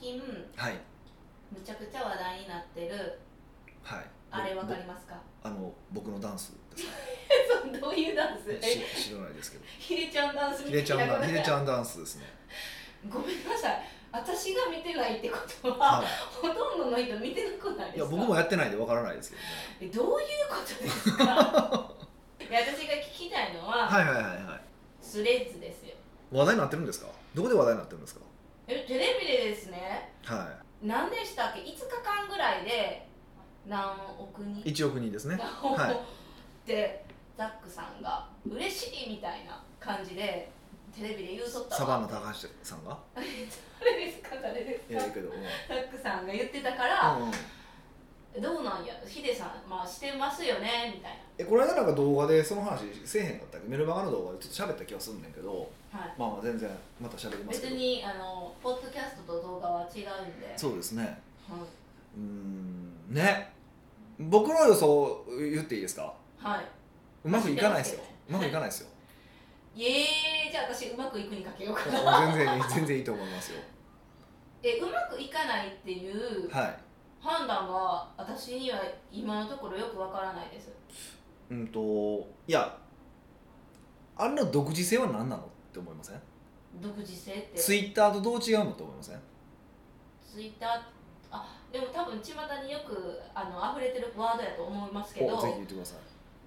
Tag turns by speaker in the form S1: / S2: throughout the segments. S1: 近
S2: はい
S1: むちゃくちゃ話題になってる
S2: はい
S1: あれわか
S2: ぼ
S1: りますか
S2: あの僕のダンスですか
S1: そうどう いうダンスえ
S2: し知らな いですけど
S1: ひれちゃんダンス
S2: ヒレちゃんダン
S1: な
S2: ヒレちゃんダンスですね
S1: ごめんなさい私が見てないってことは、
S2: はい
S1: ほとんどの人見てなくないですか
S2: いや僕もやってないんでわからないですけどね
S1: えどういうことです かいや私が聞きたいのは、
S2: はいはいはいはい
S1: スレッズですよ
S2: 話題になってるんですかどこで話題になってるんですか
S1: えテレビでですね
S2: は
S1: 何でしたっけ5日間ぐらいで何億人
S2: い1億人ですね
S1: 何億、
S2: はい
S1: でザックさんが嬉しいみたいな感じでテレビで言うそったわ
S2: サバンナ高橋さんが
S1: 誰ですか誰
S2: い
S1: です
S2: や
S1: か
S2: いいけどうん
S1: ザックさんが言ってたから、
S2: うんうん
S1: どうなんやヒデさんまあしてますよねみたい
S2: えこの間なんか動画でその話せえへんかったっけメルマガの動画でちょっと喋った気がするんだけど
S1: なはい
S2: まあまあ全然また喋りますけ
S1: 別
S2: ど
S1: にあのポッドキャストと動画は違うんで
S2: そうですね
S1: は
S2: うーんね僕の予想言っていいですか
S1: い、は
S2: うまくいかないですよ
S1: 知って
S2: うまくいかないですよ
S1: い、イエーイじゃあ私うまくいくにかけようかな
S2: 全然いい全然いいと思いますよ
S1: えうまくいかないっていう
S2: はい
S1: 判断が私には今のところよくわからないです
S2: うんといやあれの独自性は何なのって思いません
S1: 独自性って
S2: ツイッターとどう違うのって思いません
S1: ツイッターあでも多分巷によくあの溢れてるワードやと思いますけ
S2: おぜひ
S1: ど
S2: 言ってください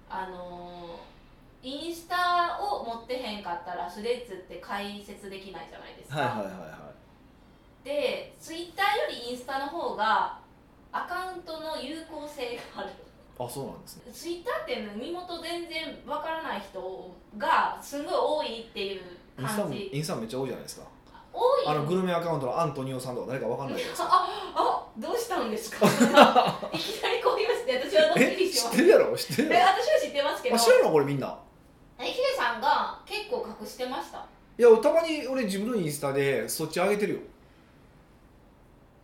S1: あのーインスタを持ってへんかったらスレッズって解説できないじゃないですか、
S2: はいはいはいは
S1: でツイッターよりインスタの方がアカウントの有効性がある
S2: いあそうなんですね
S1: ツイッターっていうの身元全然わからない人がすごい多いっていう
S2: インスタ
S1: 感
S2: も
S1: じ
S2: インスタめっちゃ多いじゃないですか
S1: 多い
S2: あのグルメアカウントのアントニオさんとか誰かわかんないじゃないですか
S1: ああどうしたん ですかいきなりこう言わせて私はドッキ
S2: え
S1: リし
S2: 知
S1: ま
S2: っ
S1: す
S2: てるやろ知ってる
S1: え私
S2: や
S1: は知ってますけ
S2: ろ
S1: ど
S2: あ知らんのこれみんな
S1: えヒデさんが結構隠してました
S2: いやたまに俺自分のインスタでそっち上げてるよ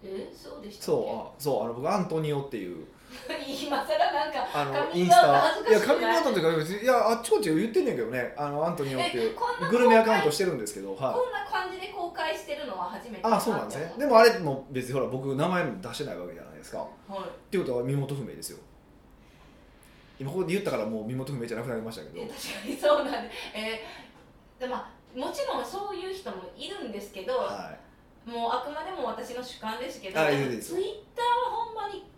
S1: えそうでしたっけ
S2: そうあそうあの僕アントニオっていう
S1: 今更なんかカ
S2: あのイ
S1: ミン
S2: ン
S1: グ
S2: ス
S1: ア
S2: タ
S1: ウト
S2: いや
S1: 恥ずか
S2: カ
S1: しく
S2: ミング
S1: ない
S2: アウトっていうか別にいやあっちこっち言ってんねんけどねあのアントニオってい
S1: え
S2: う
S1: こんな
S2: グルメアカウントしてるんですけどはい
S1: こんな感じで公開してるのは初めてだ
S2: あ
S1: な
S2: そうなんですね
S1: って
S2: でもあれも別にほら僕名前も出してないわけじゃないですかっ
S1: 思うはい
S2: ていうことは身元不明ですよ今ここで言ったからもう身元不明じゃなくなりましたけど
S1: え確かにそうなんで、えーでまあ、もちろんそういう人もいるんですけど、
S2: は
S1: もうあくまでも私の主観ですけど
S2: あいいです
S1: ツイッターはほんまに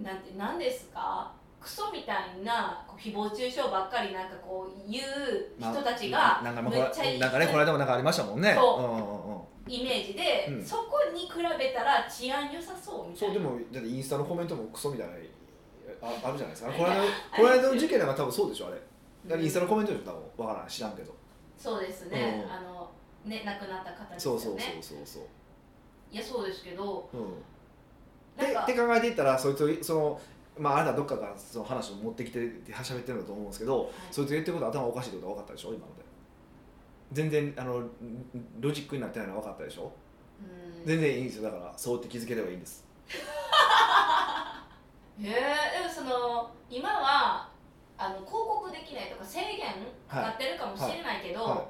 S1: なんてなんですかクソみたいなこう誹謗中傷ばっかりなんかこう言う
S2: いまあ
S1: 人たちが
S2: なんかまあ
S1: め
S2: ほ
S1: っちゃい
S2: ら
S1: い
S2: なんかねこの間もなんかありましたもんね
S1: そうん
S2: うんうん
S1: イメージで、
S2: うん
S1: そこに比べたら治安良さそうみたい
S2: そう
S1: な
S2: でもだってインスタのコメントもクソみたいなああるじゃないですかこの間この間の事件なんか多分そうでしょあれだからインスタのコメントでしょ多分わからん知らんけど
S1: そうですね、
S2: うん
S1: あのね亡くなった方ですよ
S2: そ
S1: ね
S2: うそうそうそうそう
S1: いやそうですけど
S2: う
S1: なんん
S2: でっ
S1: か
S2: て考えていったらそいつをそのまああなたどっかがその話を持ってきてはしゃべってるんだと思うんですけど、そいつ言ってること頭おかしいってことが分かったでしょ今ので全然あのロジックになってないのは分かったでしょ
S1: うん
S2: 全然いいんですよだからそうって気づければいいんです
S1: へえでもその今はあの広告できないとか制限
S2: はい
S1: なってるかもしれないけど、
S2: は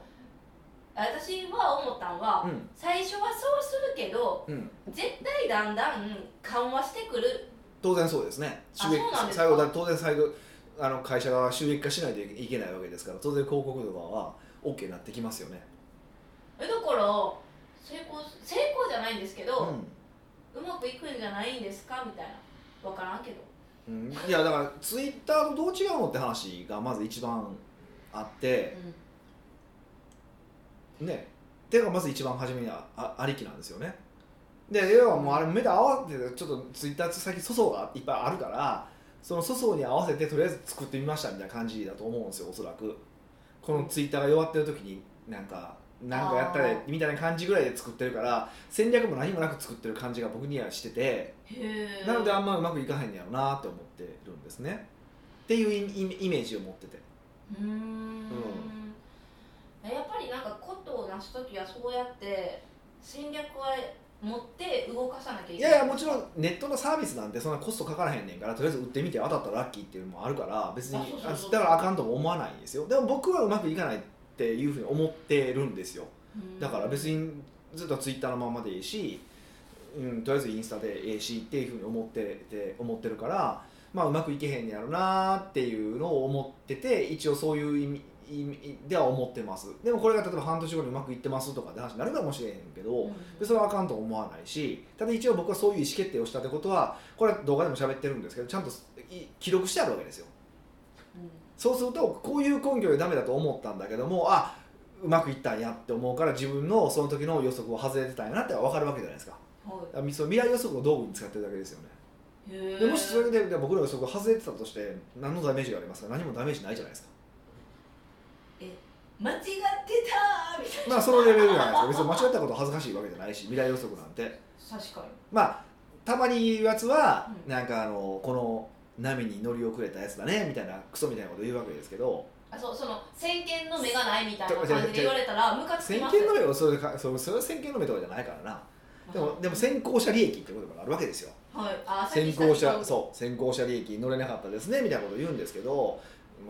S1: 私は思ったんは、
S2: いうん
S1: 最初はそうするけど
S2: うん
S1: 絶対だんだん緩和してくる
S2: 当然そうですね
S1: あそうなんですか
S2: 最後だ当然最後あの会社が収益化しないといけないわけですから当然広告とかは OK になってきますよね
S1: えだから成功成功じゃないんですけ
S2: う
S1: ど、
S2: ん
S1: うまくいくんじゃないんですかみたいなわからんけど
S2: うん、いやだからツイッターとどう違うのって話がまず一番あってねっていうのがまず一番初めにああありきなんですよねで要はもうあれ目で合わせてちょっとツイッターと先粗相がいっぱいあるからその粗相に合わせてとりあえず作ってみましたみたいな感じだと思うんですよおそらくこのツイッターが弱ってる時になんかなんかやった
S1: あ
S2: り
S1: ー
S2: みたいな感じぐらいで作ってるから戦略も何もなく作ってる感じが僕にはしてて
S1: へえ
S2: なのであんまうまくいかへんねやろなって思ってるんですねっていうイイイメージを持ってて
S1: うーんやっぱりなんかことを成す時はそうやって戦略は持って動かさなきゃい
S2: い
S1: けな
S2: や
S1: い
S2: いやもちろんネットのサービスなんてそんなコストかからへんねんからとりあえず売ってみて当たったらラッキーっていうのもあるから別に
S1: あそうそうそう
S2: あだからあかんとも思わないんですよでも僕はうまくいかないっていうふうに思ってるんですよ
S1: うん
S2: だから別にずっとツイッターのままでいいしうん、とりあえずインスタでええしっていうふうに思ってて思ってるから、まあ、うまくいけへんやろなっていうのを思ってて一応そういう意味意味では思ってますでもこれが例えば半年後にうまくいってますとかって話になるかもしれへんけど、でそれはあかんとは思わないしただ一応僕はそういう意思決定をしたってことはこれは動画でも喋ってるんですけどちゃんとい記録してあるわけですよそうするとこういう根拠でダメだと思ったんだけどもあうまくいったんやって思うから自分のその時の予測を外れてたんやなって分かるわけじゃないですか
S1: は
S2: だからその未来予測を道具に使ってるだけですよね
S1: い、へ
S2: でもしそれ
S1: で
S2: で僕らがそこ外れてたとして何のダメージがありますか何もダメージないじゃないですか
S1: 間違ってたーみたい
S2: まあそのレベルじゃないですか別に間違ったことは恥ずかしいわけじゃないし未来予測なんて
S1: な確か
S2: まあたまに言うやつは、
S1: うん
S2: なんかあのこの波に乗り遅れたやつだねみたいなクソみたいなこと言うわけですけど
S1: にあそうその先見の目がないみたいな感じで言われたらムカつき
S2: 先
S1: ます
S2: 見の目をそれかそれそれは先見の目とかじゃないからなでもでも先行者利益って言葉があるわけですよ
S1: はいあ
S2: 先行者
S1: う
S2: そう先行者利益に乗れなかったですねみたいなことを言うんですけども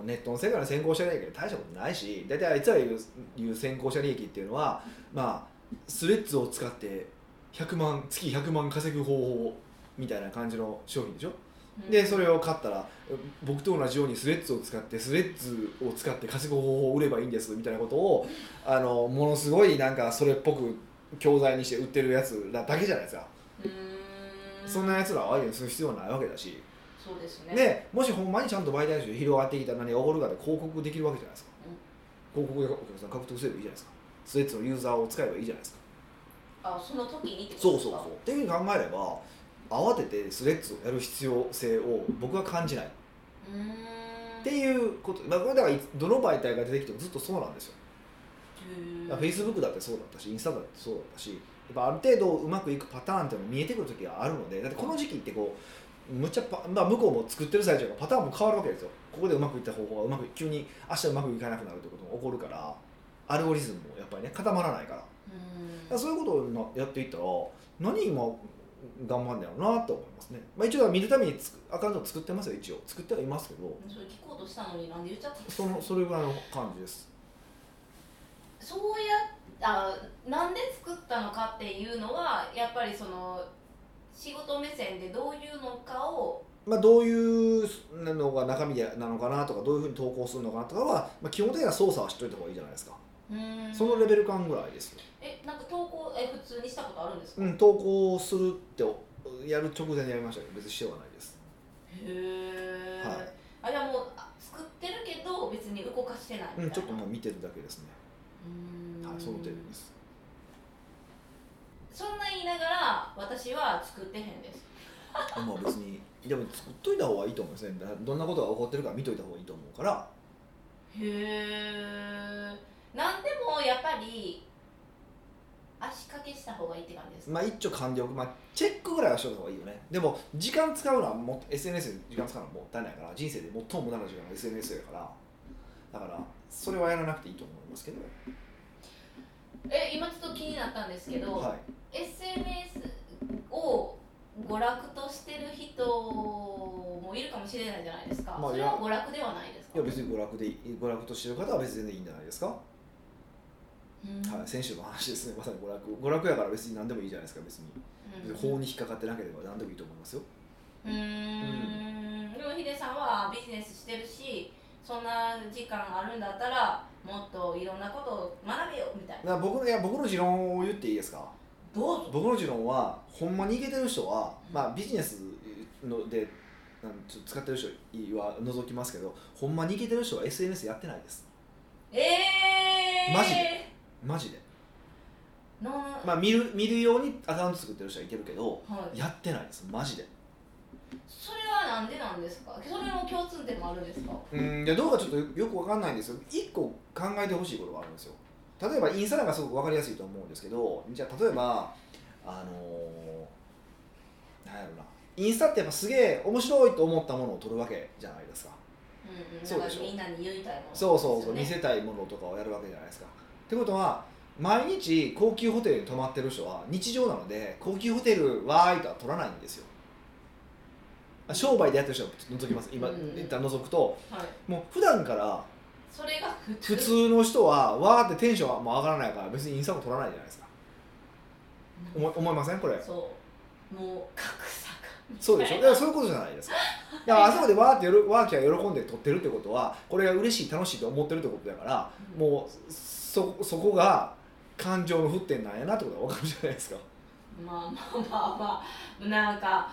S2: うネットの世界の先行者利益に大したことないし大体あいつら言う言う先行者利益っていうのはまあスレッズを使って100万月100万稼ぐ方法みたいな感じの商品でしょでそ
S1: れ
S2: れを買ったらうん僕と同じようにスレッズを使ってスレッズを使って稼ぐ方法を売ればいいんですみたいなことをあのものすごいなんかそれっぽく教材にして売ってるやつらだけじゃないですか、
S1: うーん
S2: そんなやつらを相手にする必要はないわけだし、
S1: そうですね
S2: でもしほんまにちゃんと媒体集広がってきたら何が起こるかで広告できるわけじゃないですか、広告でお客さん獲得すればいいじゃないですかスレッズのユーザーを使えばいいじゃないですか
S1: あその時にってこと
S2: そう
S1: です
S2: そう
S1: か
S2: そうっていうふうに考えれば慌ててスレッズをやる必要性を僕は感じない
S1: そうーん
S2: っていうこと、まあ、これだからいどの媒体が出てきてもずっとそうなんですよ、
S1: へー
S2: だから Facebook だってそうだったしインスタだってそうだったしやっぱある程度うまくいくパターンっていうのが見えてくる時があるのでだってこの時期ってこうむっちゃパ、まあ、向こうも作ってる最中がパターンも変わるわけですよここでうまくいった方法がうまく急に明日うまくいかなくなるってことも起こるからアルゴリズムもやっぱりね固まらないからだか
S1: うー
S2: ら
S1: ん
S2: そういうことをやっていったら何今頑張んだよなと思いますね、まあ、一応見るためにつくアカウント作ってますよ一応作ってはいますけど
S1: それ聞こうとしたのになんで言っちゃったんです
S2: そ
S1: か
S2: のそれぐらいの感じです
S1: そうやあなんで作ったのかっていうのはやっぱりその仕事目線でどういうのかを
S2: まあ、どういうのが中身でなのかなとかどういうふうに投稿するのかなとかは、まあ、基本的には操作はしといた方がいいじゃないですか
S1: うーん
S2: そのレベル感ぐらいですよ、
S1: えなんか投稿え普通にしたことあるんですか、
S2: う
S1: へ
S2: ん、投稿するってやる直前にやりましたけど別にしてはないです
S1: え、
S2: はい
S1: あじゃあもうあ作ってるけど別に動かしてないみたいな、
S2: うん、ちょっともう見てるだけですね、
S1: うーん
S2: はい、その程度です
S1: そんな言いながら私は作ってへんです
S2: まあ別にでも作っといた方がいいと思いますねだどんなことが起こってるか見といた方がいいと思うから
S1: へえなんでもやっぱり足掛けした方がいいって感じですか、
S2: まあ一丁完了、まあ、チェックぐらいはしといた方がいいよねでも時間使うのはもう SNS で時間使うのはもったいないから人生で最も無駄な時間が SNS やからだからそれはやらなくていいと思いますけど、
S1: え今ちょっと気になったんですけど、
S2: はい、
S1: SNS を娯楽としてる人もいるかもしれないじゃないですか、
S2: まあ
S1: そ
S2: い
S1: れ
S2: や
S1: は娯楽ではないです
S2: い
S1: か
S2: や別に娯楽でいい娯楽としてる方は別に全然いいんじゃないですか、
S1: うん
S2: はい、先週の話ですねまさに娯楽娯楽やから別に何でもいいじゃないですか別に
S1: うん
S2: 別に法に引っかかってなければ何でもいいと思いますよ
S1: うーんでもヒデさんはビジネスしてるしそんな時間あるんだったらもっといろんなことを学べよみたいな
S2: だから僕のいや僕の持論を言っていいですか
S1: どうぞ
S2: 僕の持論はほんまにいけてる人は、
S1: うん
S2: まあ、ビジネスのでなんちょっと使ってる人は除きますけどほんまにいけてる人は SNS やってないです
S1: ええー、
S2: マジでマジで、
S1: な
S2: まあ、見る見るようにアカウント作ってる人はいけるけど
S1: はい、
S2: やってないですマジで
S1: それはなんでなんですかそれも共通点もあるんですか
S2: うんでどうかちょっとよくわかんないんですよ一個考えてほしいことがあるんですよ例えばインスタなんかすごくわかりやすいと思うんですけどじゃあ例えばあのーなんやろなインスタってやっぱすげえ面白いと思ったものを撮るわけじゃないですか
S1: うんうん、
S2: そうでしょ
S1: なんかみんなに言いたいもの
S2: そうそうそう、見
S1: ですよね
S2: せたいものとかをやるわけじゃないですか。ってことは毎日高級ホテルに泊まってる人は日常なので高級ホテルわーいとは取らないんですよ。あ商売でやってる人はちょっと覗きます今、
S1: うん
S2: 一旦覗くと
S1: はい、
S2: もう普段から
S1: それが普通
S2: 普通の人はわーってテンションはもう上がらないから別にインスタも取らないじゃないですか
S1: うん
S2: 思い思いませんこれ
S1: そうもう格差が
S2: そうでしょだからそういうことじゃないですかだからあそこでわーってよろワーキャー喜んで撮ってるってことはこれが嬉しい楽しいと思ってるってことだからもうそそこが感情の沸点なんやなってことが分かるじゃないですか
S1: まあまあまあまあなんか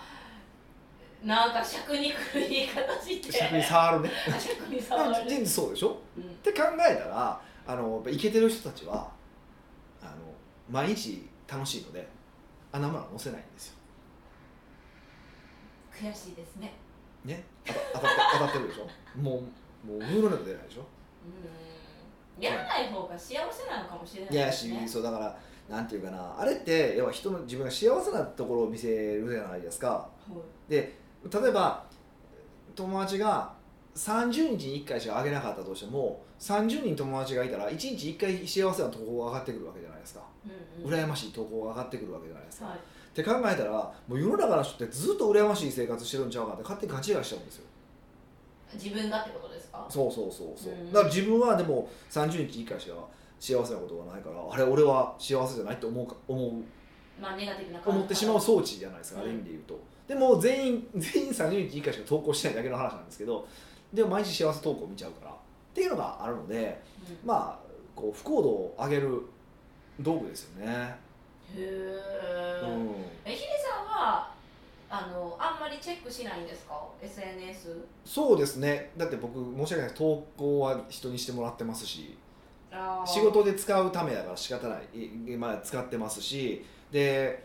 S1: なんか尺にくい言い方して
S2: 尺に触るね
S1: あ尺に触
S2: で
S1: る
S2: も人事そうでしょ
S1: うん
S2: って考えたらあのイケてる人たちはあの毎日楽しいのであんなものは載せないんですよ
S1: 悔しいですね
S2: ね当た当たって当たってるでしょもうもうムーロネット出ないでしょ
S1: うんやらない方が幸せなのかもしれない
S2: いや
S1: です
S2: し
S1: ね
S2: そうだからなんていうかなあれって要は人の自分が幸せなところを見せるじゃないですか
S1: はい
S2: 例えば友達が30日に1回しかあげなかったとしても30人友達がいたら1日1回幸せな投稿が上がってくるわけじゃないですか
S1: うんうん
S2: 羨ましい投稿が上がってくるわけじゃないですか、
S1: はい
S2: って考えたらもう世の中の人ってずっと羨ましい生活してるんちゃうかって勝手に勘違いしちゃうんですよ
S1: 自分がってことですか
S2: そうそうそうそう、
S1: うん
S2: だから自分はでも30日以下しか幸せなことがないからあれ俺は幸せじゃないって思うか思う
S1: まあネガティブな感
S2: 思ってしまう装置じゃないですか、
S1: うん
S2: ある意味で言うとでも全員 全員30日以下しか投稿してないだけの話なんですけどでも毎日幸せ投稿見ちゃうからっていうのがあるので
S1: うん
S2: まあこう不幸度を上げる道具ですよね、
S1: へえ、
S2: うん
S1: えヒデさんはあのあんまりチェックしないんですか SNS
S2: そうですねだって僕申し訳ない投稿は人にしてもらってますし
S1: あー
S2: 仕事で使うためだから仕方ないいまあ使ってますしで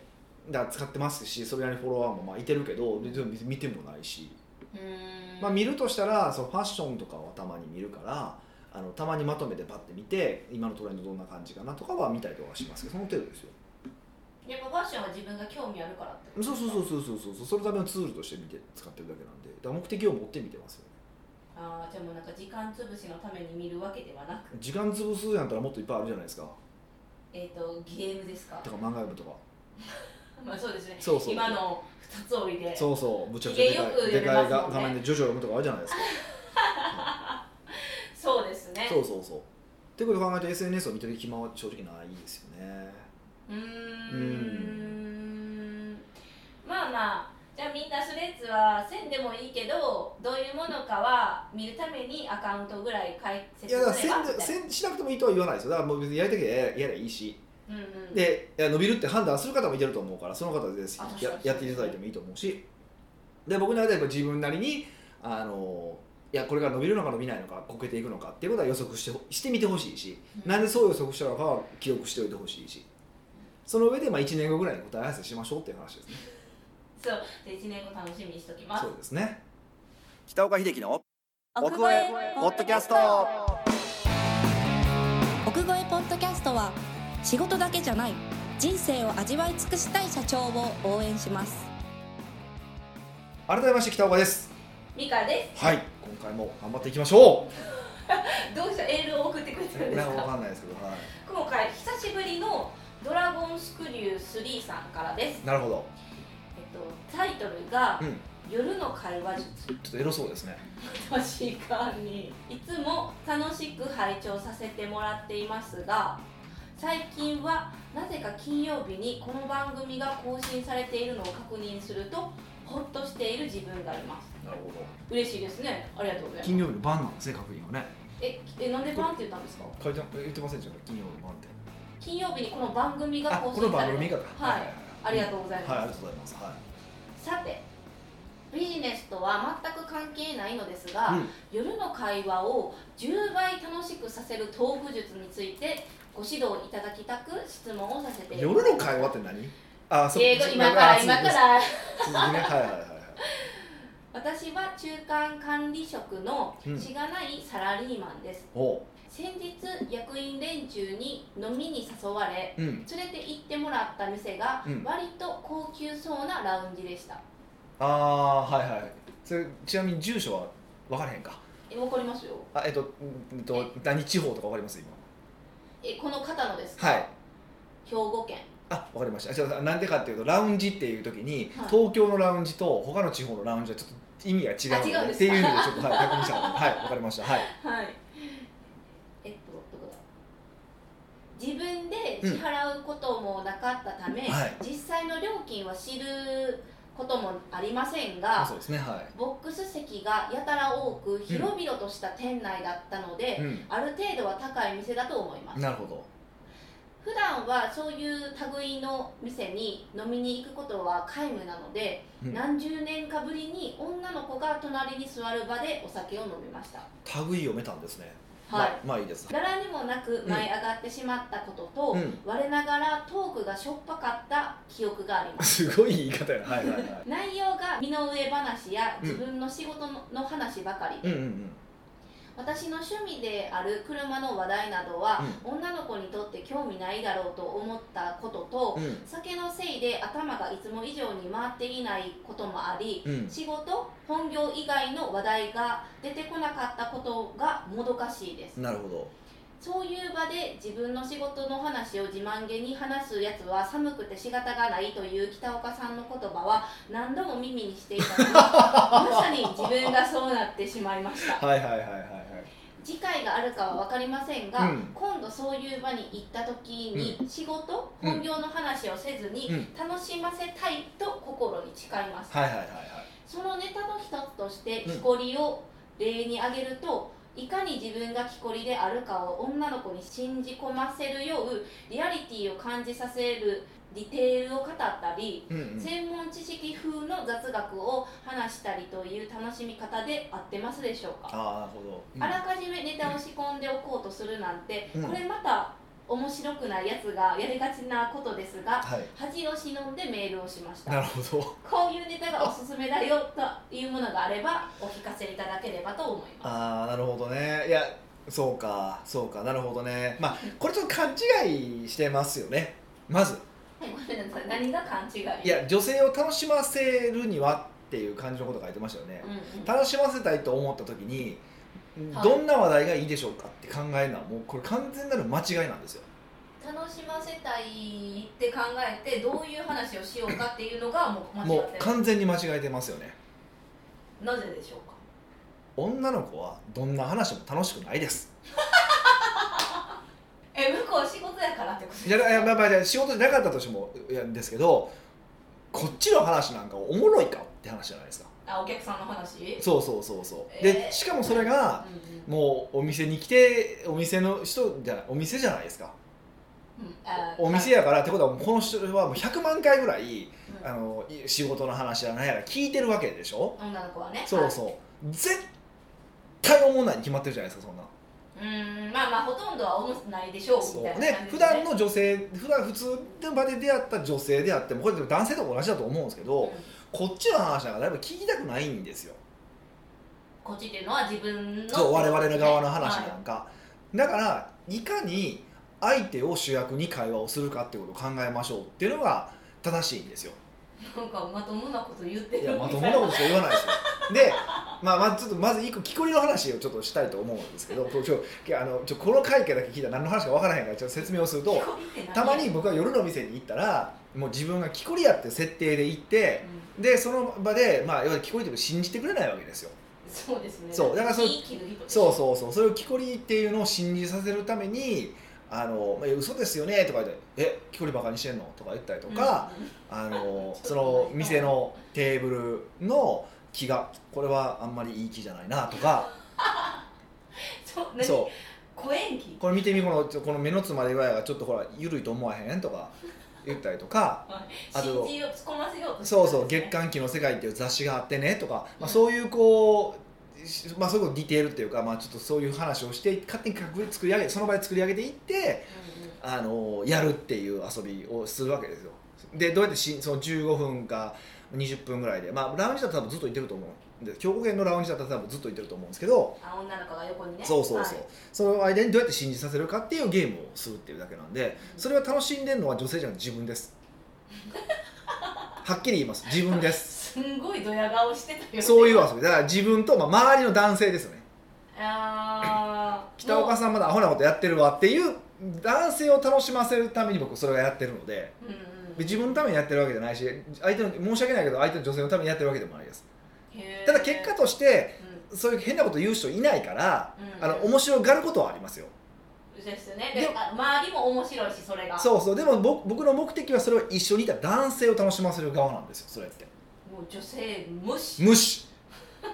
S2: だから使ってますしそれなりにフォロワーもまあいてるけどででも見てもないし、
S1: うーん
S2: まあ、見るとしたらそのファッションとかはたまに見るからあのたまにまとめてパッて見て今のトレンドどんな感じかなとかは見たりとかしますけどその程度ですよ
S1: やっぱファッションは自分が興味あるからってこと
S2: そうそう
S1: う
S2: そうそうそうそうそれためのツールとして見て使ってるだけなんでだから目的を持って見てますよね
S1: あーじゃあもうなんか時間つぶしのために見るわけではなく
S2: 時間潰すやったらもっといっぱいあるじゃないですか
S1: えっ、とゲームですか
S2: とか漫画読むとか
S1: まあそうですね
S2: そうそう
S1: 今の二つ折りで
S2: そうそう、むちゃくちゃでか
S1: 機嫌よく
S2: い、
S1: や
S2: で
S1: れ
S2: か
S1: ま
S2: い
S1: すもんね
S2: が画面でジョジョ読むとかあるじゃないですか。
S1: そうですね
S2: そうそうそう。ってことを考えて SNS を見てる暇は正直ないですよね。
S1: うーんまあまあじゃあみんなスレッズはせんでもいいけどどういうものかは見るためにアカウントぐらい開設
S2: い
S1: す
S2: や
S1: れ
S2: だ
S1: ば
S2: か
S1: みたい
S2: らせんで
S1: な
S2: せんしなくてもいいとは言わないですよ。だからもう別にやりたければややればいいし、
S1: うんうん、
S2: でいや伸びるって判断する方もいてると思うから、その方でぜ
S1: あ確か
S2: ひ
S1: に
S2: ややっていただいてもいいと思うし、で僕の間でやっぱ自分なりにあのいやこれから伸びるのか伸びないのかこけていくのかっていうことは予測してほしてみてほしいし、
S1: うん
S2: なんでそう予測したのかは記録しておいてほしいし、その上でまあ1年後ぐらいに答え合わせしましょうっていう話ですね。
S1: そうで1年後楽しみにしときます
S2: そうですね。北岡秀樹の
S3: 奥越えポッドキャスト奥越えポッドキャストは仕事だけじゃない人生を味わい尽くしたい社長を応援します
S2: 改めまして北岡です。
S1: ミカで
S2: はい、今回も頑張っていきましょ
S1: すどうしたエールを送ってくれてるん
S2: う。
S1: で
S2: な
S1: す
S2: んかわ
S1: か
S2: かんないですけど、はい。
S1: 今回久しぶりの「ドラゴンスクリュー3」さんからです、
S2: なるほど。
S1: えっと、タイトルが
S2: うん。
S1: 「夜の会話術」
S2: ちょっとエロそうですね。
S1: 確かにいつも楽しく拝聴させてもらっていますが最近はなぜか金曜日にこの番組が更新されているのを確認するとホッとしている自分がいます
S2: なるほど。
S1: 嬉しいですねありがとうございます
S2: 金曜日の晩なんですね、確認はね。
S1: ええなんでバンって言ったんですか
S2: 書いて言ってませんでしたか金曜日の晩って。
S1: 金曜日にこの番組が
S2: あ、
S1: 更
S2: こ
S1: 新
S2: の
S1: され
S2: 番
S1: る
S2: 組見方。
S1: はい、ありが
S2: う
S1: とうございます、
S2: はい、ありがとうございます。は
S1: さてビジネスとは全く関係ないのですが、
S2: い。うん。
S1: 夜の会話を10倍楽しくさせるトーク術についてご指導いただきたく質問をさせていただきます
S2: 夜の会話って何？あ、
S1: 英語今から今か。ら
S2: 続きね、はいはいはいはい。
S1: 私は中間管理職のしがないサラリーマンです、
S2: おう。
S1: 先日役員連中に飲みに誘われ
S2: うん。
S1: 連れて行ってもらった店が
S2: うん
S1: 割と高級そうなラウンジでした、
S2: あー、はいはい。それちなみに住所は分からへんか。
S1: えわかりますよ
S2: あえっと、うんうんと何地方とかわかります今
S1: えこの方のですか、
S2: はい
S1: 兵庫県
S2: あわかりましたじゃあなんでかっていうとラウンジっていう時に、
S1: はい
S2: 東京のラウンジと他の地方のラウンジはちょっと意味が違うので
S1: あ違うんですか
S2: っていう意味でちょっと、はい、確認したのではいわかりましたはい
S1: はい。えっと、どこだ。自分で支払うこともなかったため、
S2: はい
S1: 実際の料金は知ることもありませんが
S2: あそうですねはい、
S1: ボックス席がやたら多く広々とした店内だったので、
S2: う
S1: ある程度は高い店だと思います
S2: ん、なるほど
S1: 普段はそういう類の店に飲みに行くことは皆無なので、
S2: うん
S1: 何十年かぶりに女の子が隣に座る場でお酒を飲みました
S2: 類をめたんですね
S1: はい、
S2: まあ、まあいいです
S1: 柄にもなく舞い上がってしまったことと、
S2: うん
S1: 我ながらトークがしょっぱかった記憶があります
S2: すごい言い方やなはいはいはい
S1: 内容が身の上話や
S2: うん
S1: 自分の仕事のの話ばかり、
S2: うんうんうん
S1: 私の趣味である車の話題などは、女の子にとって興味ないだろうと思ったことと、
S2: うん
S1: 酒のせいで頭がいつも以上に回っていないこともあり
S2: うん
S1: 仕事本業以外の話題が出てこなかったことがもどかしいです
S2: なるほど
S1: そういう場で自分の仕事の話を自慢げに話すやつは寒くて仕方がないという北岡さんの言葉は何度も耳にしていたの でまさに自分がそうなってしまいました
S2: はいはいはいはいはい
S1: 次回があるかは分かりませんが、
S2: うん
S1: 今度そういう場に行った時に仕事、
S2: うん
S1: 本業の話をせずに
S2: うん
S1: 楽しませたいと心に誓います、
S2: はいはいはい
S1: そのネタの一つとして
S2: うん
S1: 木こりを例に挙げると、いかに自分が木こりであるかを女の子に信じ込ませるようリアリティを感じさせるディテールを語ったり、
S2: うんうん
S1: 専門知識風の雑学を話したりという楽しみ方で合ってますでしょうか
S2: ああなるほど、うん
S1: あらかじめネタを仕込んでおこうとするなんて、
S2: うん
S1: これまた面白くないやつがやりがちなことですが
S2: はい
S1: 恥を忍んでメールをしまし
S2: な
S1: た
S2: るほど
S1: こういうネタがおすすめだよというものがあればお聞かせいただければと思いま
S2: ああなるほどねいやそうかそうかなるほどねまあこれちょっと勘違いしてますよねまず
S1: すはいごめんなさい何が勘違い
S2: いや女性を楽しませるにはっていう感じのことが書いてましたよね
S1: うんうん
S2: 楽しませたいと思った時に
S1: はい
S2: どんな話題がいいでしょうかって考えるのはもうこれ完全なる間違いなんですよ
S1: 楽しませたいって考えてどういう話をしようかっていうのがもう間違
S2: も
S1: っ
S2: う
S1: てる
S2: 完全に間違えてますよね
S1: なぜでしょうか
S2: 女の子はどんな話も楽しくないです
S1: え向こう仕事やからってことです
S2: いやいやまあまあいや仕事じゃなかったとしてもいやですけどこっちの話なんかおもろいかって話じゃないですか
S1: あお客さんの話
S2: そうそうそうそう
S1: えー
S2: でしかもそれが
S1: うんうん
S2: もうお店に来てお店の人じゃないお店じゃないですか
S1: うんあ
S2: お店やからってことはもうこの人はもう100万回ぐらい
S1: うん
S2: あのい仕事の話や何やら聞いてるわけでしょ
S1: 女の子はね
S2: そうそう絶対おもんないに決まってるじゃないですかそんな
S1: うーんまあまあほとんどは思ってないでしょう
S2: そう
S1: みたいな
S2: で
S1: 感じ
S2: 普段の女性普段普通の場で出会った女性であってもこれでも男性と同じだと思うんですけど、
S1: うん
S2: こっちの話なんかだいぶ聞きたくないんですよ
S1: こっちっていうのは自分の
S2: そう我々の側の話
S1: はい
S2: なんか、だからいかに相手を主役に会話をするかってことを考えましょうっていうのが正しいんですよ
S1: なんかまともなこと言ってる
S2: いやまともな
S1: みたい
S2: ことしか言わないですよで、まあ、まあちょっとまず一個木こりの話をちょっとしたいと思うんですけどこうちょいやあのちょこの回だけ聞いたら何の話か分からへんからちょっと説明をすると
S1: 聞こえてない
S2: たまに僕は夜の店に行ったらもう自分が木こりやって設定で行って
S1: うん
S2: でその場で、まあ、いわゆる木こりってことを信じてくれないわけですよ
S1: そうですね
S2: そうだからそう
S1: いい気の人
S2: そう
S1: う
S2: そうそうそれを木こりっていうのを信じさせるために「あのまあ、いや嘘ですよね」とか言って「え木こりバカにしてんの?」とか言ったりとか、あのその店のテーブルの木がこれはあんまりいい木じゃないなとか
S1: そうそう
S2: そ
S1: 小演技
S2: うこれ見てみこのちょこの目のつまり具合がちょっとほら緩いと思わへんとか言ったりとかあと
S1: 信じを突っ込ませようとして
S2: そうそう「
S1: るんです
S2: 月
S1: ね
S2: 刊期の世界」っていう雑誌があってねとか、
S1: う
S2: ま
S1: ん
S2: あ、そういうこう。しまあ、そういうことディテールっていうか、まあ、ちょっとそういう話をして勝手に作り上げその場で作り上げていって
S1: うんうん
S2: あのやるっていう遊びをするわけですよでどうやってしその15分か20分ぐらいで、まあ、ラウンジだったら多分ずっといてると思うんで兵庫県のラウンジだったら多分ずっといてると思うんですけど
S1: あ女の子が横にね
S2: そうそうそう、
S1: はい
S2: その間にどうやって信じさせるかっていうゲームをするっていうだけなんでそれは楽しんでるのは女性じゃなくて自分です はっきり言います自分です
S1: すんごいドヤ顔してたよね
S2: そういう遊びだから自分と、まあ、周りの男性ですよね
S1: あー
S2: 北岡さんまだアホなことやってるわっていう男性を楽しませるために僕それをやってるので
S1: もううんうん
S2: で自分のためにやってるわけじゃないし相手の申し訳ないけど相手の女性のためにやってるわけでもないです
S1: へー
S2: ただ結果として
S1: うん
S2: そういう変なこと言う人いないから、
S1: うん
S2: あの面白がることはありますよ
S1: ですよねで
S2: で
S1: あ周りも面白いしそれが
S2: そうそうでも僕僕の目的はそれを一緒にいた男性を楽しませる側なんですよそれって
S1: もう女性無視
S2: 無視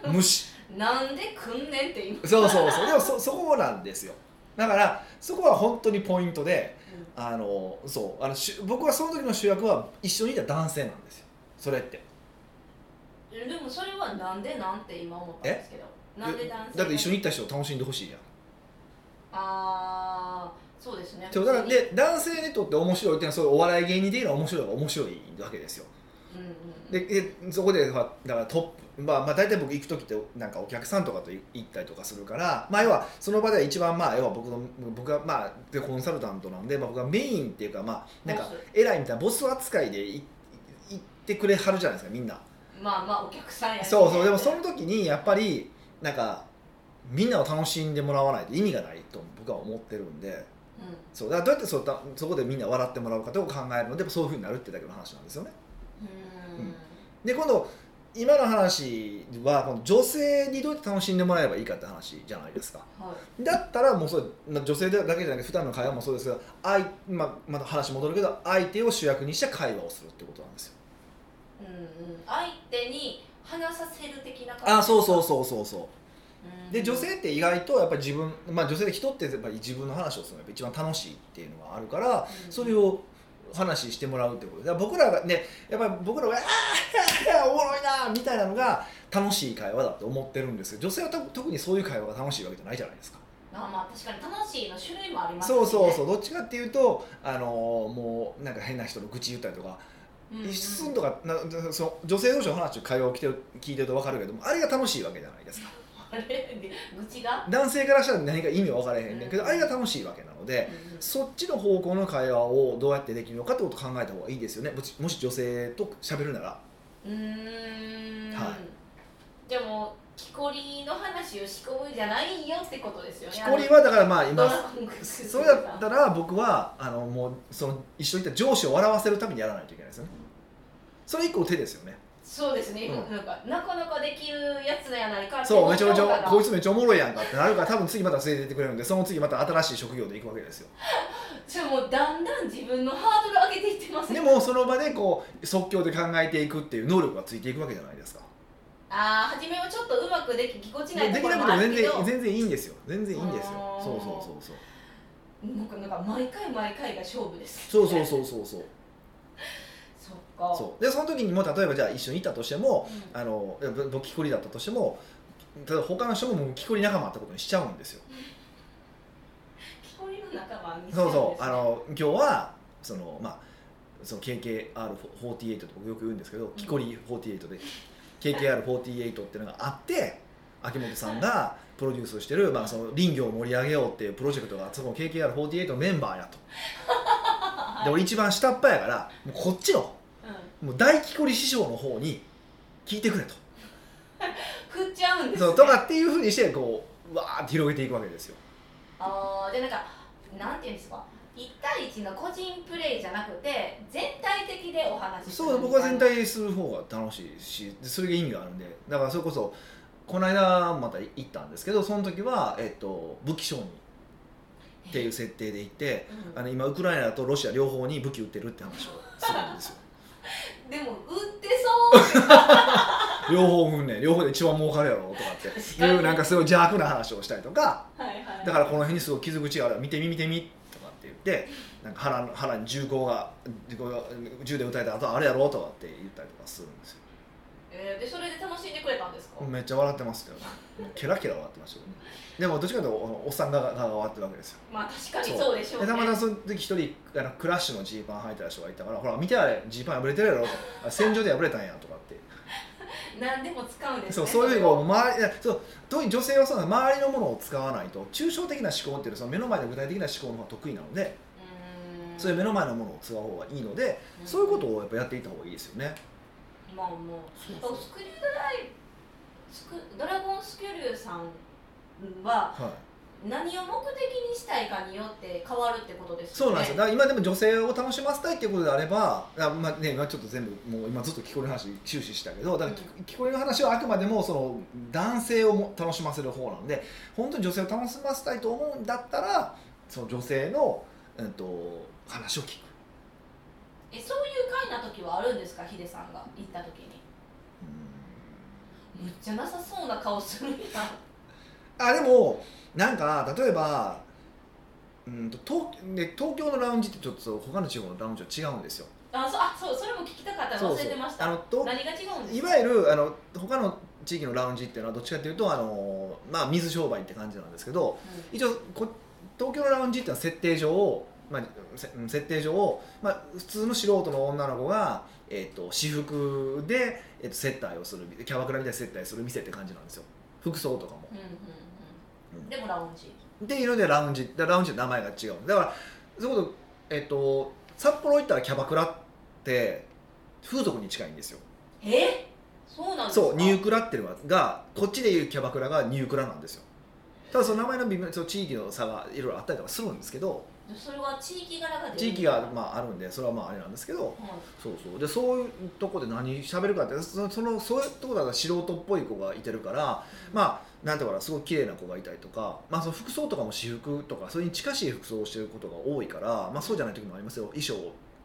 S2: 無視
S1: なんでくんねんって今
S2: そうそうそうでもそそこなんですよだからそこは本当にポイントであのそうあの主僕はその時の主役は一緒にいた男性なんですよそれって
S1: うんでもそれはなんでなんて今思ったんですけどなんで男性
S2: だって一緒
S1: に
S2: に行った人を楽しんでほしいやん
S1: ああそうですね
S2: そうだからで男性にとって面白いっていうのはそういうお笑い芸人的な面白いは面白いわけですよ
S1: うんうんうん
S2: ででそこでほらだからトップ、まあ、まあ大体僕行く時ってなんかお客さんとかと行ったりとかするから、まあ、要はその場では一番まあ要は僕の僕はまあでコンサルタントなんで、まあ、僕はメインっていうかまあなんか
S1: ボス
S2: 偉いみたいなボス扱いでいい行ってくれはるじゃないですかみんな
S1: まあまあお客さんやし
S2: そうそうでもその時にやっぱりなんかみんなを楽しんでもらわないと意味がないと僕は思ってるんで
S1: うん
S2: そうだからどうやってそうたそこでみんな笑ってもらうかとかを考えるのでそういうふうになるってだけの話なんですよね
S1: う
S2: うん
S1: ん
S2: で今度今の話はこの女性にどうやって楽しんでもらえばいいかって話じゃないですか
S1: はい
S2: だったらもうそれ、まあ、女性だけじゃなくて普段の会話もそうですが相、まあ、また話戻るけど相手を主役にして会話をするってことなんですよ
S1: うんうん相手に話させる的な感じ
S2: あそうそうそうそうそう
S1: うん
S2: で女性って意外とやっぱり自分、まあ、女性で人ってやっぱり自分の話をするのがやっぱ一番楽しいっていうのがあるから
S1: うん
S2: それを話してもらうってことだから僕らがねやっぱり僕らが「ああおもろいな」みたいなのが楽しい会話だと思ってるんですけど女性はた特にそういう会話が楽しいわけじゃないじゃないですか。
S1: あまあ確かに楽しいの種類もあります
S2: そうそうそううどっちかっていうとあのーもうなんか変な人の愚痴言ったりとか
S1: うんうん
S2: 一寸とかなその女性同士の話を会話を聞いてる聞いてると分かるけどもあれが楽しいわけじゃないですか。
S1: あれで愚痴が
S2: 男性からしたら何か意味分からへんねんけど、
S1: うん
S2: あれが楽しいわけなので、
S1: うんうん
S2: そっちの方向の会話をどうやってできるのかってことを考えた方がいいですよねもしもし女性と喋るなら
S1: うーん
S2: は
S1: でも木こりの話を仕込むんじゃないよってことですよね
S2: 木こりはだからまあ
S1: ドラ
S2: 今
S1: ゴンクエスト
S2: それだったら僕はあのもうその一緒にいた上司を笑わせるためにやらないといけないですよねそれ一個の手ですよね
S1: そうですね、
S2: うん
S1: なんかなかなかできるやつやないか
S2: そうめちゃめち
S1: 評価
S2: ゃ
S1: が
S2: こいつめっちゃおもろいやんかってなるから多分次また連れて行ってくれるんでその次また新しい職業で行くわけですよ
S1: それもうだんだん自分のハードル上げていってます
S2: でもその場でこう即興で考えていくっていう能力がついていくわけじゃないですか
S1: ああ初めはちょっとうまくできぎこちない
S2: で
S1: とこ
S2: でき
S1: ろ
S2: な
S1: も
S2: く
S1: あ
S2: ても
S1: る
S2: 全
S1: け
S2: 然
S1: ど
S2: 全然いいんですよ全然いいんですよ
S1: あー
S2: そうそうそうそう
S1: なんかなんか毎回毎回が勝負です
S2: そうそうそうそうそう
S1: そっか
S2: そうでその時にも例えばじゃあ一緒にいたとしても
S1: うん、
S2: あのぼ僕木こりだったとしても例えば他の人ももう木こり仲間ってことにしちゃうんですよ
S1: 木こりの仲間に
S2: そうそうあの今日はそのまあその KKR48 って僕よく言うんですけど木こり48で KKR48 っていうのがあって秋元さんがプロデュースしてる、まあ、その林業を盛り上げようっていうプロジェクトがその KKR48 のメンバーやと で俺一番下っ端やからもうこっちのもう大木こり師匠の方に聞いてくれと
S1: うん、食っちゃうんです、ね、
S2: そうとかっていうふうにしてこうわーって広げていくわけですよ
S1: あーでなんかなんていうんですか一対一の個人プレイじゃなくて全体的でお話しする
S2: そう僕は全体する方が楽しいしそれが意味があるんでだからそれこそこの間また行ったんですけどその時は、えっと、武器商人っていう設定で行って
S1: うん
S2: あの今ウクライナとロシア両方に武器売ってるって話をする んですよ
S1: でも売って そう
S2: 両方分ね両方で一番儲かるやろとかって
S1: 確かに
S2: いうなんかすごい邪悪な話をしたりとか
S1: はいはい
S2: だからこの辺にすごい傷口がある見てみ見てみとかって言ってなんか腹の腹に銃口が銃口が銃で撃たれた後あれやろとかって言ったりとかするんですよ
S1: えーでそれで楽しんでくれたんですか、
S2: めっちゃ笑ってますけどねもうケラケラ笑ってましたけどねでもどっちかというとおおっさん側が笑ってるわけですよ
S1: まあ確かにそうでしょうね
S2: でたまたまその時一人あのクラッシュのジーパン履いてた人がいたからほら見てあれジーパン破れてるやろとあ戦場で破れたんやとかって
S1: 何でも使うんですね
S2: そうそういうふうに
S1: れを
S2: こう周りいやそう特に女性はそうなんです周りのものを使わないと抽象的な思考っていうのはその目の前の具体的な思考の方が得意なので
S1: うーん
S2: そういう目の前のものを使う方がいいのでそういうことをやっぱやっていった方がいいですよね。
S1: とまあもうあスクリュードライスクドラゴンスクリューさんは
S2: はい、
S1: 何を目的にしたいかによって変わるってことです
S2: そ
S1: よ
S2: う
S1: ね
S2: なんですよ。だから今でも女性を楽しませたいっていうことであれば、あまあね、今ちょっと全部もう今ずっと聞こえる話終始したけど、だから
S1: う
S2: 聞こえる話はあくまでもその男性をも楽しませる方なので、本当に女性を楽しませたいと思うんだったら、その女性の、うん、と話を聞く
S1: えそういう会な時はあるんですかヒデさんが行った時にむっちゃなさそうな顔するやん
S2: あでもなんか例えばうんと東で東京のラウンジってちょっと他の地方のラウンジは違うんですよ
S1: あそうあそうそれも聞きたかった忘れてました
S2: そうそうあのと
S1: 何が違うんです
S2: い
S1: か
S2: わゆるあの他の地域のラウンジっていうのはどっちかというとあの、まあ、水商売って感じなんですけど
S1: う
S2: 一応こ東京のラウンジっていうのは設定上まあ、せうん設定上、まあ、普通の素人の女の子が、えー、と私服で、えー、と接待をするキャバクラみたいな接待する店って感じなんですよ服装とか
S1: ん
S2: も
S1: うんうんう
S2: うんん
S1: でもラウンジ
S2: でいろいろラウンジだラウンジの名前が違うんだからそういうこと、えっと札幌行ったらキャバクラって風俗に近いんですよ
S1: えそうなんですか
S2: そうニュークラっていうのがこっちでいうキャバクラがニュークラなんですよただその名前の微妙その地域の差がいろいろあったりとかするんですけど
S1: それは地域柄が出る
S2: 地域がまああるんでそれはまああれなんですけど
S1: はい
S2: そうそうでそういうとこで何喋るかってそのそのそういうとこだから素人っぽい子がいてるからまあなんていうかなすごい綺麗な子がいたりとか、まあ、その服装とかも私服とかそれに近しい服装をしてることが多いから、まあ、そうじゃない時もありますよ衣装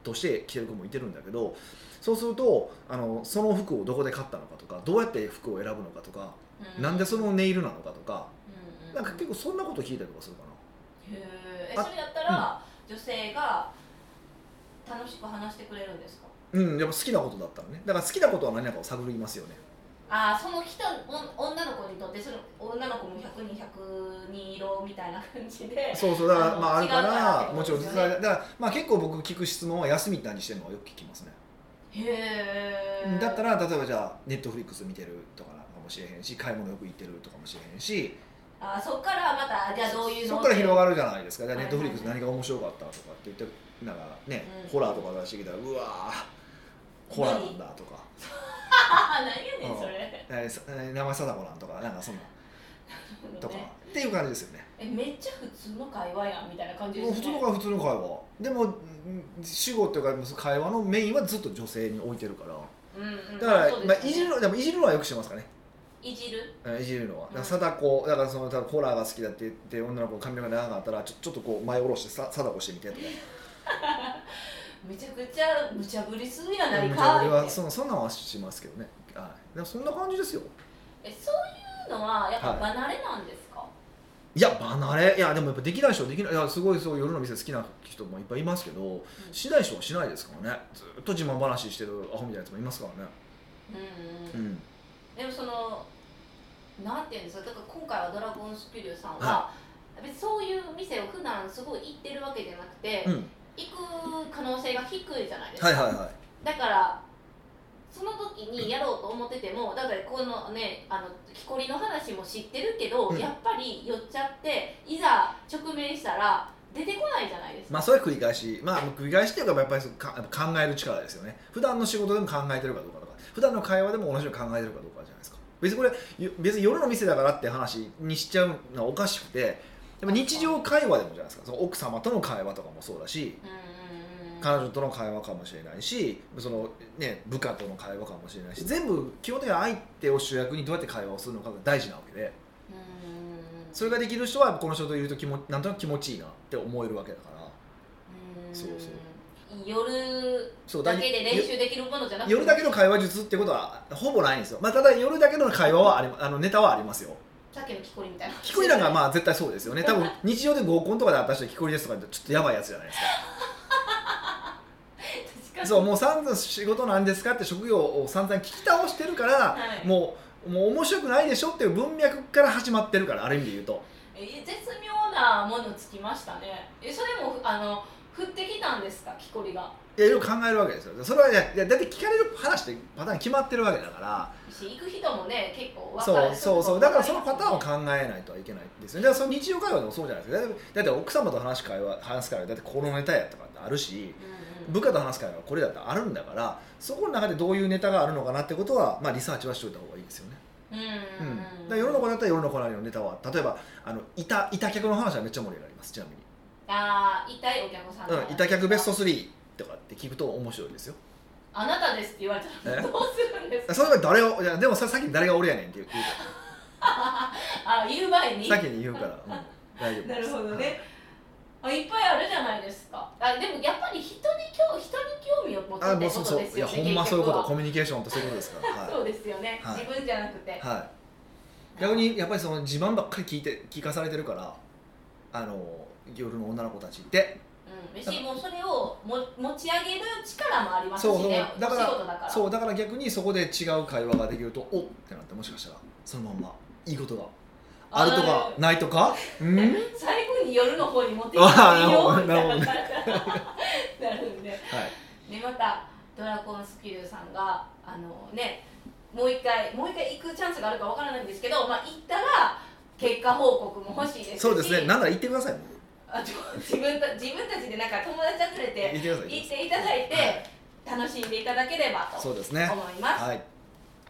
S2: として着てる子もいてるんだけどそうするとあのその服をどこで買ったのかとかどうやって服を選ぶのかとか、
S1: う
S2: なんでそのネイルなのかとか
S1: うんうん
S2: なんか結構そんなこと聞いたりとかするかな。
S1: へええ
S2: あ
S1: それやったら女性が楽しく話してくれるんですか
S2: うん、やっぱ好きなことだったらねだから好きなことは何なのかを探りますよね
S1: ああその人お女の子にとってその女の子も100人100人色みたいな感じ で
S2: そうそうだから
S1: あの
S2: まああるか
S1: 違うから
S2: ら
S1: って
S2: も
S1: こ
S2: ち
S1: と
S2: ろん
S1: ですよ
S2: だ
S1: ね
S2: からだからまあ結構僕聞く質問は休みって何してるのはよく聞きますね
S1: へえ
S2: だったら例えばじゃあネットフリックス見てるとかなのかもしれへんし買い物よく行ってるとかもしれへんし
S1: あーそっからまたじゃあどういうの
S2: そこから広
S1: が
S2: がるじゃないですかじゃあ
S1: は
S2: ネ
S1: い
S2: ッ
S1: はいは
S2: トフ
S1: い
S2: リックス何が面白かったとかって言ってなんかね、
S1: うん
S2: ホラーとか出してきたらうわーホラーなんだとか、
S1: ああ何やねんそれ
S2: えーさえー名前貞子なんとかなんかそんなとか、
S1: ね
S2: っていう感じですよね
S1: えめっちゃ普通の会話やんみたいな感じで
S2: もう
S1: す
S2: 普通の
S1: ね
S2: 会話普通の会話でもうん主語っていうか会話のメインはずっと女性に置いてるから
S1: うんうん
S2: だから、
S1: そうです
S2: ま
S1: ね
S2: あ、いじるのでもいじるのはよくしてますかね
S1: いじる
S2: うんいじるのはだ
S1: うん
S2: から貞子だからその多分ホラーが好きだって言って女の子の髪の毛長かったらちょちょっとこう前下ろしてさ貞子してみてとか
S1: めちゃくちゃ無茶ぶりするやない
S2: うん
S1: か
S2: 俺
S1: い
S2: は
S1: って
S2: そのそんなんはしますけどねはいでもそんな感じですよ
S1: えそういうのはやっぱ離れなんですか、
S2: いや離れいやでもやっぱできない人はできないいやすごいそう夜の店好きな人もいっぱいいますけど、しない人はしないですからねずっと自慢話してるアホみたいなやつもいますからね
S1: うんうん
S2: うん
S1: でもそのなんていうんですかだから今回はドラゴンスピリューさんは、
S2: は
S1: 別にそういう店を普段すごい行ってるわけじゃなくて、
S2: うん
S1: 行く可能性が低いじゃないですか、
S2: はいはいはい
S1: だからその時にやろうと思っててもだからこのねあの木こりの話も知ってるけど、
S2: うん
S1: やっぱり寄っちゃっていざ直面したら出てこないじゃないですか、
S2: まあそれは繰り返しまあ繰り返しっていうかやっぱりそのか考える力ですよね普段の仕事でも考えてるかどうかとか普段の会話でも同じように考えてるかどうかじゃないですか別にこれよ別に夜の店だからって話にしちゃうのはおかしくてやっぱ日常会話でもじゃないですかその奥様との会話とかもそうだし
S1: うんうんうん
S2: 彼女との会話かもしれないしその、ね、部下との会話かもしれないし全部基本的には相手を主役にどうやって会話をするのかが大事なわけで
S1: うん
S2: それができる人はこの人といると気もなんとなく気持ちいいなって思えるわけだから
S1: うん
S2: そうそう
S1: 夜
S2: そう
S1: だ
S2: に
S1: けで練習できるものじゃなくて
S2: 夜だけの会話術ってことはほぼないんですよ、まあ、ただ夜だけの会話はありあのネタはありますよ
S1: さっきの木こりみたいな
S2: 木こりなんかまあ絶対そうですよね多分日常で合コンとかで私は木こりですとかちょっとやばいやつじゃないです
S1: 確か
S2: か
S1: に
S2: そうもう散々仕事なんですかって職業を散々聞き倒してるから、
S1: はい
S2: もうもう面白くないでしょっていう文脈から始まってるからある意味で言うと
S1: え絶妙なものつきましたねえそれもあの降ってきたんですか木こりが
S2: いやいろいろ考えるわけですよそれはいやいやだって聞かれる話ってパターン決まってるわけだから
S1: し行く人もね結構分か
S2: そ
S1: る
S2: うそうそうだからそのパターンを考えないとはいけないんですよだからその日常会話でもそうじゃないですかだってだって奥様と話す会話話す会話だってこのネタやとかってあるし
S1: うんうん
S2: 部下と話す会話はこれだってあるんだからそこの中でどういうネタがあるのかなってことは、まあ、リサーチはしておいた方がいいですよね、
S1: うん
S2: うんだ
S1: うん
S2: から世の子だったら世の子なりのネタは例えばあのいたいた客の話はめっちゃ盛り上がりますちなみに
S1: ああ痛いお客さんの話
S2: うん、いた客ベスト3とかって聞くと面白いですよ
S1: あなたですって言われたら
S2: え
S1: どうするんですか
S2: それは誰をいやでもささっき誰が俺やねんって言う
S1: あ言う前に
S2: さっきに言うから、うん、大丈夫です
S1: なるほどね
S4: あいっぱいあるじゃないですか
S1: あでもやっぱり人に興人に興味を持つ
S2: あ
S1: ってこ
S2: もうそう
S1: と
S2: そう
S1: です
S2: いや
S1: よね
S2: ほんまそういうことコ
S1: 結
S2: ミュニケーションってそういうことですから
S1: 局は
S2: は
S1: そうですよね、
S2: はい
S1: 自分じゃなくて
S2: い、はい、逆にやっぱりその自慢ばっかり聞いて聞かされてるからあの夜の女の子たちって
S1: うん、しもうそれをも持ち上げる力もありますし
S2: そうそう
S1: ね
S2: だから
S1: お仕事だから
S2: そうだから逆にそこで違う会話ができるとおっってなってもしかしたらそのまんまいいことがあるとかないとかうん
S1: 最後に夜の方に持っていく
S2: あー
S1: よみ
S2: なるほ
S1: た
S2: ど
S1: いな感じ になるんで
S2: は
S1: で
S2: い
S1: またドラゴンスキルさんがあのねもう一回もう一回行くチャンスがあるかわからないんですけど、まあ、行ったら結果報告も欲しいですし
S2: そうですねなんなら言ってくださいもう
S1: あと自分た自分たちでなんか友達集めて
S2: 言ってください
S1: 行っていただいて、楽しんでいただければと
S2: そうですね
S1: 思います、
S2: はい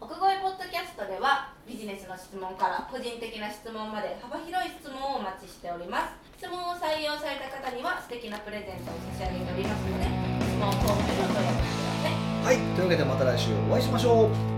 S1: 奥越ポッドキャストではビジネスの質問から個人的な質問まで幅広い質問をお待ちしております質問を採用された方には素敵なプレゼントを差し上げておりますので質問フォームでお問い合わせください
S2: はいというわけでまた来週お会いしましょう